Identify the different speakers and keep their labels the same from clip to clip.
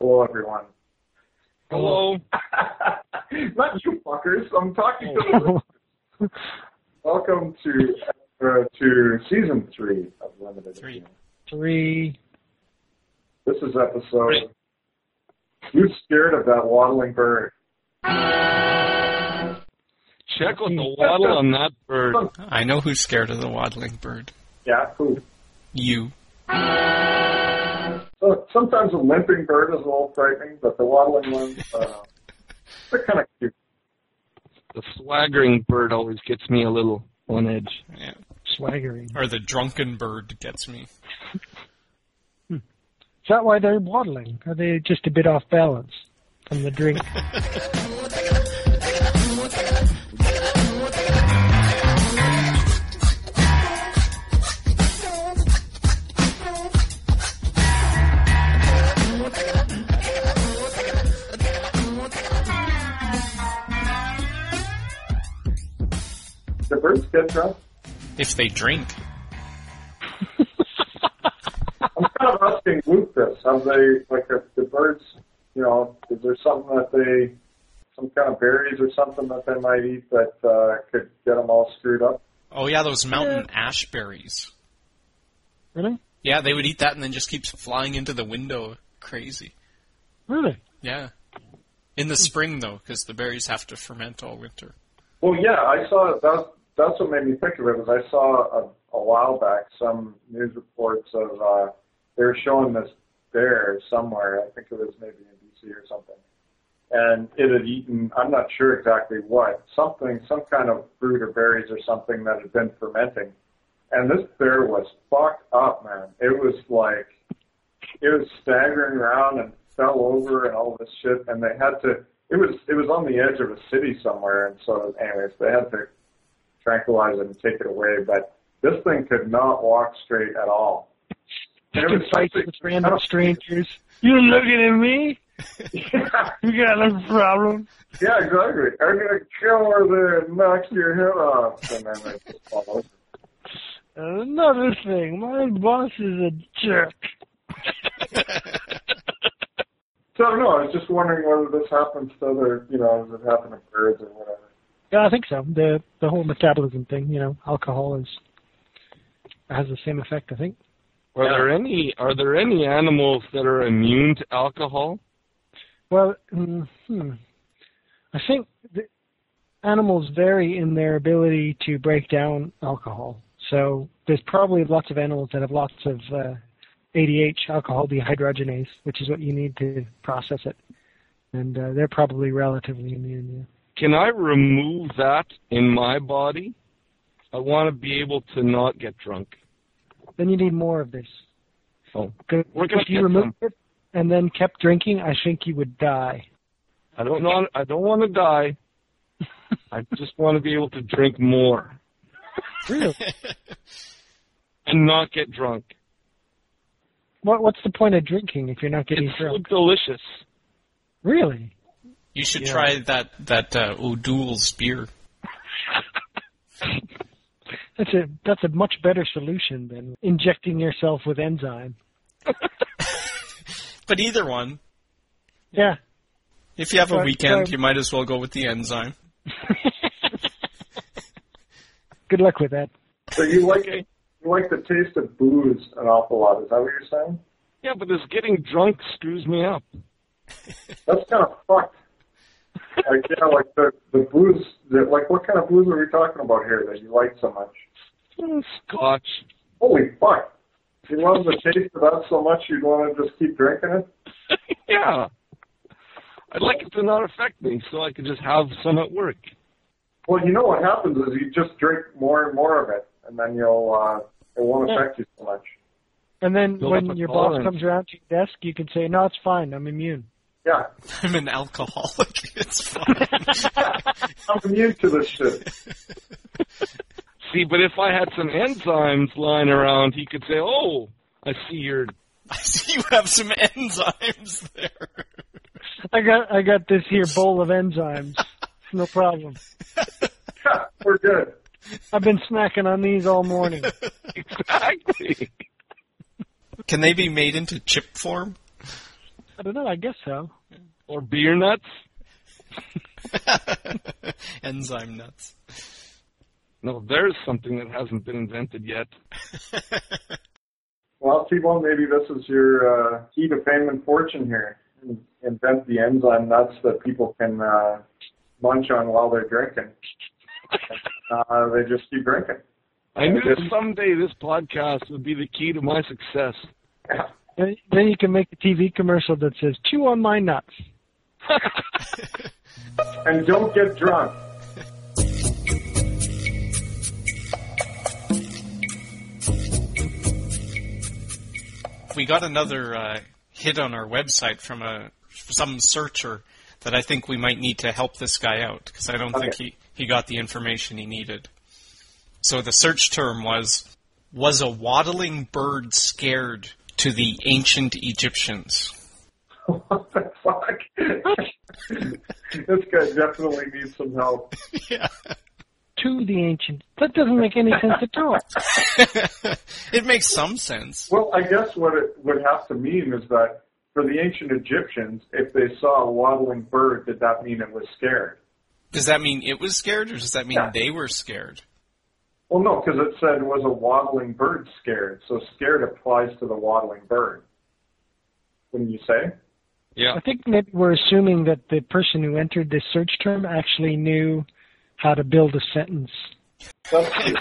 Speaker 1: Hello, everyone.
Speaker 2: Hello.
Speaker 1: Not you fuckers. I'm talking to Welcome to uh, to season three of Limited.
Speaker 2: Three.
Speaker 1: Appeal.
Speaker 2: Three.
Speaker 1: This is episode.
Speaker 2: Three.
Speaker 1: You scared of that waddling bird?
Speaker 3: Check with the waddle on that bird.
Speaker 2: Oh. I know who's scared of the waddling bird.
Speaker 1: Yeah, who?
Speaker 2: You.
Speaker 1: So sometimes a limping bird is a little frightening, but the waddling ones, uh, they're kind of cute.
Speaker 3: The swaggering bird always gets me a little on edge.
Speaker 2: Yeah.
Speaker 4: Swaggering.
Speaker 2: Or the drunken bird gets me.
Speaker 4: Is that why they're waddling? Are they just a bit off balance from the drink?
Speaker 1: The birds get drunk.
Speaker 2: If they drink.
Speaker 1: I'm kind of asking Luke this: Have they like if the birds? You know, is there something that they, some kind of berries or something that they might eat that uh, could get them all screwed up?
Speaker 2: Oh yeah, those mountain ash berries.
Speaker 4: really?
Speaker 2: Yeah, they would eat that and then just keeps flying into the window. Crazy.
Speaker 4: Really?
Speaker 2: Yeah. In the spring though, because the berries have to ferment all winter.
Speaker 1: Well, yeah, I saw that's that's what made me think of it. Was I saw a, a while back some news reports of uh, they were showing this bear somewhere. I think it was maybe in BC or something, and it had eaten. I'm not sure exactly what something, some kind of fruit or berries or something that had been fermenting. And this bear was fucked up, man. It was like it was staggering around and fell over and all this shit and they had to it was it was on the edge of a city somewhere and so anyways they had to tranquilize it and take it away but this thing could not walk straight at all And it
Speaker 4: Picking
Speaker 1: was
Speaker 4: fights
Speaker 1: something-
Speaker 4: with random strangers. You looking at me?
Speaker 1: yeah,
Speaker 4: You got a problem?
Speaker 1: yeah exactly i'm gonna come over there and knock your head off and then they just fall over
Speaker 4: Another thing, my boss is a jerk.
Speaker 1: so i don't know i was just wondering whether this happens to other you know does it happen to birds or whatever
Speaker 4: Yeah, I think so. The the whole metabolism thing, you know, alcohol is has the same effect, I think.
Speaker 3: Are there any are there any animals that are immune to alcohol?
Speaker 4: Well, mm, hmm. I think the animals vary in their ability to break down alcohol. So there's probably lots of animals that have lots of uh, ADH, alcohol dehydrogenase, which is what you need to process it. And uh, they're probably relatively immune.
Speaker 3: Can I remove that in my body? I want to be able to not get drunk.
Speaker 4: Yeah. Then you need more of this.
Speaker 3: Oh.
Speaker 4: 'Cause
Speaker 3: We're gonna
Speaker 4: if you
Speaker 3: get
Speaker 4: removed it and then kept drinking, I think you would die.
Speaker 3: I don't know. I don't want to die. I just want to be able to drink more
Speaker 4: Really?
Speaker 3: and not get drunk.
Speaker 4: what, what's the point of drinking if you're not getting
Speaker 3: It's so
Speaker 4: drunk?
Speaker 3: delicious.
Speaker 4: Really?
Speaker 2: You should
Speaker 3: Yeah.
Speaker 2: try that that uh, O'Doul's beer.
Speaker 4: That's a that's a much better solution than injecting yourself with enzyme.
Speaker 2: But either one.
Speaker 4: Yeah.
Speaker 2: If you have a
Speaker 4: Right,
Speaker 2: weekend,
Speaker 4: so-
Speaker 2: you might as well go with the enzyme.
Speaker 4: Good luck with that.
Speaker 1: so you like you like the taste of booze an awful lot is that what you're saying
Speaker 3: Yeah, but this getting drunk screws me up.
Speaker 1: That's kind of fucked. Like, yeah, like the the blues. The, like, what kind of blues are we talking about here that you like so much?
Speaker 3: Mm, Scotch.
Speaker 1: Holy fuck! You love the taste of that so much, you'd want to just keep drinking it.
Speaker 3: yeah. I'd like it to not affect me so I could just have some at work.
Speaker 1: Well, you know what happens is you just drink more and more of it, and then you'll uh, it won't affect you so much.
Speaker 4: And then
Speaker 3: Build up a
Speaker 4: when your boss
Speaker 3: tolerance.
Speaker 4: comes around to your desk, you can say, "No, it's fine. I'm immune."
Speaker 1: Yeah,
Speaker 2: I'm an alcoholic. It's fine.
Speaker 1: I'm immune to this shit.
Speaker 3: See, but if I had some enzymes lying around, he could say, "Oh, I see your
Speaker 2: I see you have some enzymes there.
Speaker 4: I got I got this here bowl of enzymes. No problem.
Speaker 1: Yeah, we're good.
Speaker 4: I've been snacking on these all morning.
Speaker 3: exactly."
Speaker 2: Can they be made into chip form?
Speaker 4: I don't know. I guess so.
Speaker 3: Or beer nuts?
Speaker 2: Enzyme nuts.
Speaker 3: No, there's something that hasn't been invented yet.
Speaker 1: Well, T-Bone, maybe this is your uh, key to fame and fortune here. In- Invent the enzyme nuts that people can uh, munch on while they're drinking. Uh, they just keep drinking.
Speaker 3: I knew that someday this podcast would be the key to my success.
Speaker 4: And then you can make a TV commercial that says "Chew on my nuts."
Speaker 1: And don't get drunk.
Speaker 2: We got another uh, hit on our website from a some searcher that I think we might need to help this guy out because I don't think he, he got the information he needed. So the search term was was a waddling bird scared to the ancient Egyptians.
Speaker 1: what the fuck? this guy definitely needs some help.
Speaker 2: Yeah.
Speaker 4: To the ancient. That doesn't make any sense at all.
Speaker 2: it makes some sense.
Speaker 1: Well, I guess what it would have to mean is that for the ancient Egyptians, if they saw a waddling bird, did that mean it was scared?
Speaker 2: Does that mean it was scared or does that mean
Speaker 1: Yeah.
Speaker 2: they were scared?
Speaker 1: Well, no, because it said was a waddling bird scared, so scared applies to the waddling bird. Wouldn't you say?
Speaker 3: Yeah.
Speaker 4: I think maybe we're assuming that the person who entered this search term actually knew how to build a sentence.
Speaker 1: That's true.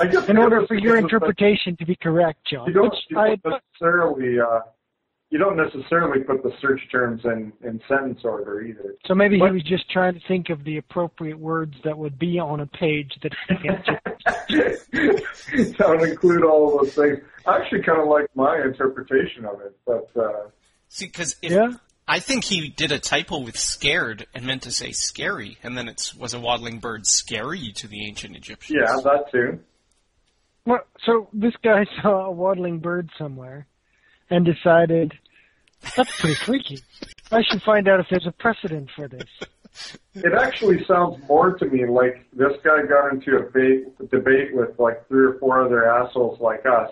Speaker 1: I guess
Speaker 4: In order for your
Speaker 1: it's just that
Speaker 4: interpretation to be correct, John,
Speaker 1: you don't,
Speaker 4: which
Speaker 1: you
Speaker 4: I
Speaker 1: don't necessarily uh, you don't necessarily put the search terms in in sentence order either.
Speaker 4: So maybe
Speaker 1: What?
Speaker 4: he was just trying to think of the appropriate words that would be on a page that answered.
Speaker 1: that would include all of those things. I actually kind of like my interpretation of it, but uh,
Speaker 2: See, because
Speaker 4: yeah,
Speaker 2: I think he did a typo with scared and meant to say scary, and then it was a waddling bird scary to the ancient Egyptians.
Speaker 1: yeah, that too.
Speaker 4: well, so this guy saw a waddling bird somewhere and decided that's pretty freaky. I should find out if there's a precedent for this.
Speaker 1: It actually sounds more to me like this guy got into a debate, debate with like three or four other assholes like us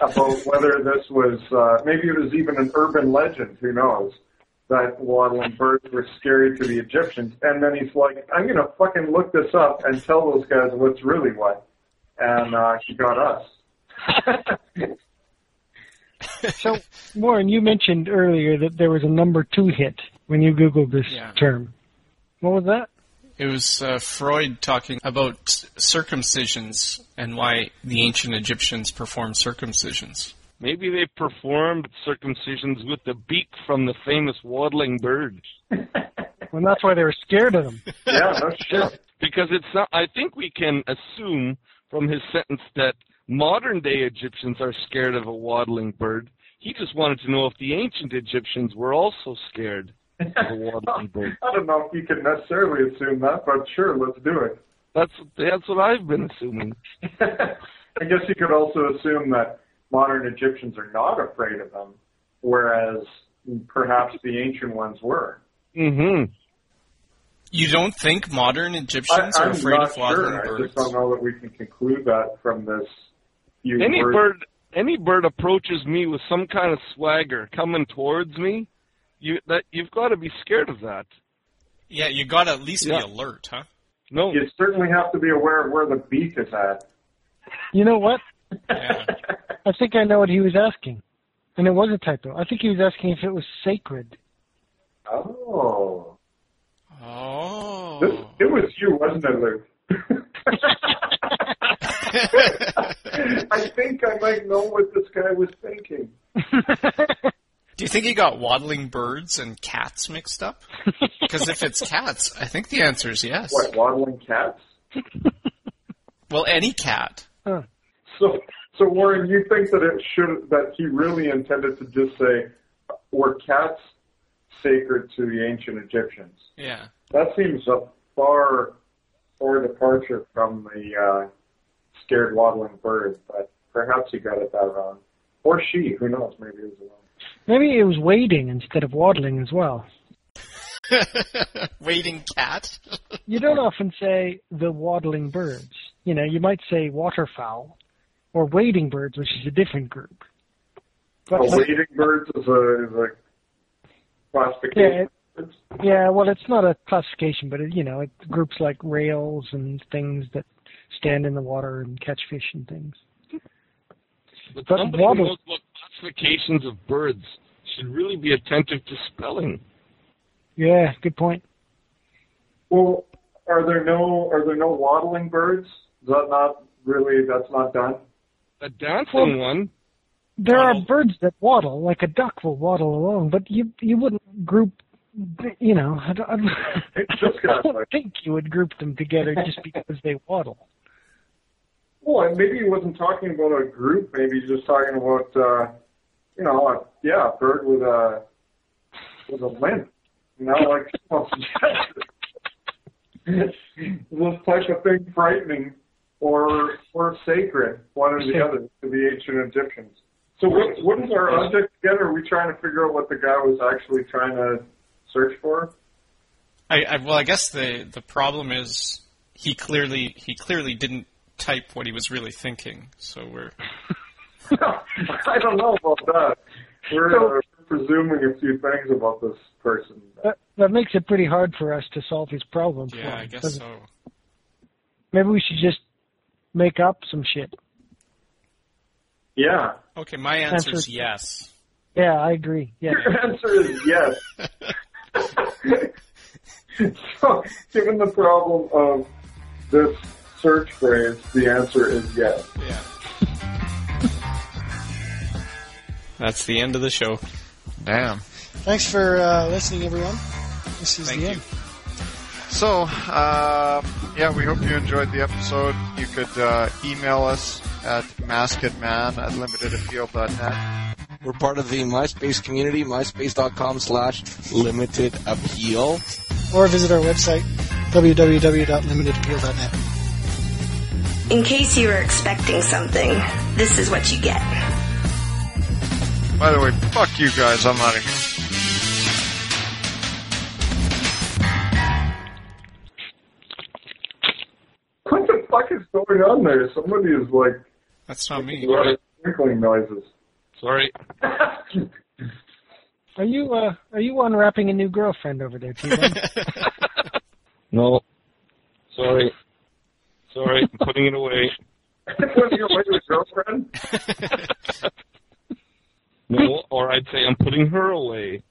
Speaker 1: about whether this was uh, maybe it was even an urban legend. Who knows? That waddling birds were scary to the Egyptians, and then he's like, "I'm gonna fucking look this up and tell those guys what's really what," and uh, he got us.
Speaker 4: So, Warren, you mentioned earlier that there was a number two hit when you Googled this
Speaker 2: Yeah.
Speaker 4: term. What was that?
Speaker 2: It was uh, Freud talking about s- circumcisions and why the ancient Egyptians performed circumcisions.
Speaker 3: Maybe they performed circumcisions with the beak from the famous waddling bird.
Speaker 4: Well, that's why they were scared of him.
Speaker 1: Yeah, no shit.
Speaker 3: Because it's not, I think we can assume from his sentence that modern day Egyptians are scared of a waddling bird. He just wanted to know if the ancient Egyptians were also scared of a waddling bird.
Speaker 1: I don't know if you can necessarily assume that, but sure, let's do it.
Speaker 3: That's that's what I've been assuming.
Speaker 1: I guess you could also assume that modern Egyptians are not afraid of them, whereas perhaps the ancient ones were.
Speaker 3: Mm-hmm.
Speaker 2: You don't think modern
Speaker 1: I,
Speaker 2: Egyptians are
Speaker 1: I'm
Speaker 2: afraid
Speaker 1: not
Speaker 2: of waddling
Speaker 1: sure. I
Speaker 2: birds?
Speaker 1: just don't know that we can conclude that from this. Few
Speaker 3: Any
Speaker 1: words.
Speaker 3: bird any bird approaches me with some kind of swagger coming towards me, you that you've got to be scared of that.
Speaker 2: Yeah, you got to at least
Speaker 3: Yeah.
Speaker 2: be alert, huh?
Speaker 3: No,
Speaker 1: You certainly have to be aware of where the beak is at.
Speaker 4: You know what?
Speaker 2: Yeah.
Speaker 4: I think I know what he was asking. And it was a typo. I think he was asking if it was sacred.
Speaker 1: Oh, this,
Speaker 2: Oh.
Speaker 1: it was you, wasn't it, Luke? I think I might know what this guy was thinking.
Speaker 2: Do you think he got waddling birds and cats mixed up? Because if it's cats, I think the answer is yes.
Speaker 1: What waddling cats?
Speaker 2: Well, any cat.
Speaker 4: Huh.
Speaker 1: So, so Warren, you think that it should that he really intended to just say, "Were cats sacred to the ancient Egyptians?"
Speaker 2: Yeah.
Speaker 1: That seems a far, far departure from the uh, scared waddling bird. But perhaps he got it that wrong, or she. Who knows? Maybe it was wrong.
Speaker 4: Maybe it was wading instead of waddling as well.
Speaker 2: Waiting cat.
Speaker 4: You don't often say the waddling birds. You know, you might say waterfowl or wading birds, which is a different group. But
Speaker 1: oh, wading birds is a, is a
Speaker 4: yeah,
Speaker 1: classification. Yeah.
Speaker 4: yeah, well, it's not a classification, but it, you know, it groups like rails and things that stand in the water and catch fish and things.
Speaker 3: But
Speaker 4: But
Speaker 3: somebody
Speaker 4: waddle-
Speaker 3: who knows about classifications of birds should really be attentive to spelling.
Speaker 4: Yeah, good point.
Speaker 1: Well, are there no are there no waddling birds? Is that not really that's not done?
Speaker 3: A dancing
Speaker 4: Well-
Speaker 3: one,
Speaker 4: There are
Speaker 2: Waddle.
Speaker 4: birds that waddle, like a duck will waddle along, but you you wouldn't group, you know, I don't, I don't-
Speaker 1: It's just
Speaker 4: I
Speaker 1: got
Speaker 4: don't
Speaker 1: like-
Speaker 4: think you would group them together just because they waddle.
Speaker 1: Well, and maybe he wasn't talking about a group. Maybe he's just talking about uh, you know, a, yeah, a bird with a with a limp. You know, like this type of thing frightening or or sacred, one or the other, to the ancient Egyptians. So what what is our object again? Are we trying to figure out what the guy was actually trying to search for?
Speaker 2: I, I well, I guess the the problem is he clearly he clearly didn't type what he was really thinking. So we're
Speaker 1: I don't know about that. We're uh, presuming a few things about this person.
Speaker 4: That, that makes it pretty hard for us to solve his problem. for
Speaker 2: yeah, I
Speaker 4: him,
Speaker 2: guess
Speaker 4: doesn't it?
Speaker 2: so.
Speaker 4: Maybe we should just make up some shit.
Speaker 1: Yeah,
Speaker 2: Okay, my answer is
Speaker 4: Answer-
Speaker 2: yes.
Speaker 4: Yeah, I agree. Yeah,
Speaker 1: your answer is yes. so, given the problem of this search phrase, the answer is yes.
Speaker 2: Yeah. That's the end of the show.
Speaker 5: Damn.
Speaker 6: Thanks for uh, listening, everyone. This is
Speaker 2: Thank
Speaker 6: the
Speaker 2: you.
Speaker 6: end.
Speaker 5: So, uh, yeah, we hope you enjoyed the episode. You could uh, email us at maskedman at limitedappeal.net.
Speaker 7: We're part of the MySpace community, myspace.com slash limited appeal.
Speaker 6: Or visit our website, www.limitedappeal.net.
Speaker 8: In case you were expecting something, this is what you get.
Speaker 5: By the way, fuck you guys. I'm out of here.
Speaker 1: What the fuck is going on there? Somebody is like
Speaker 2: That's not me.
Speaker 1: running sprinkling noises.
Speaker 3: sorry.
Speaker 4: Are you uh, are you unwrapping a new girlfriend over there, t
Speaker 3: No. Sorry. Sorry, I'm putting it away.
Speaker 1: What are you with your girlfriend?
Speaker 3: No, or I'd say I'm putting her away.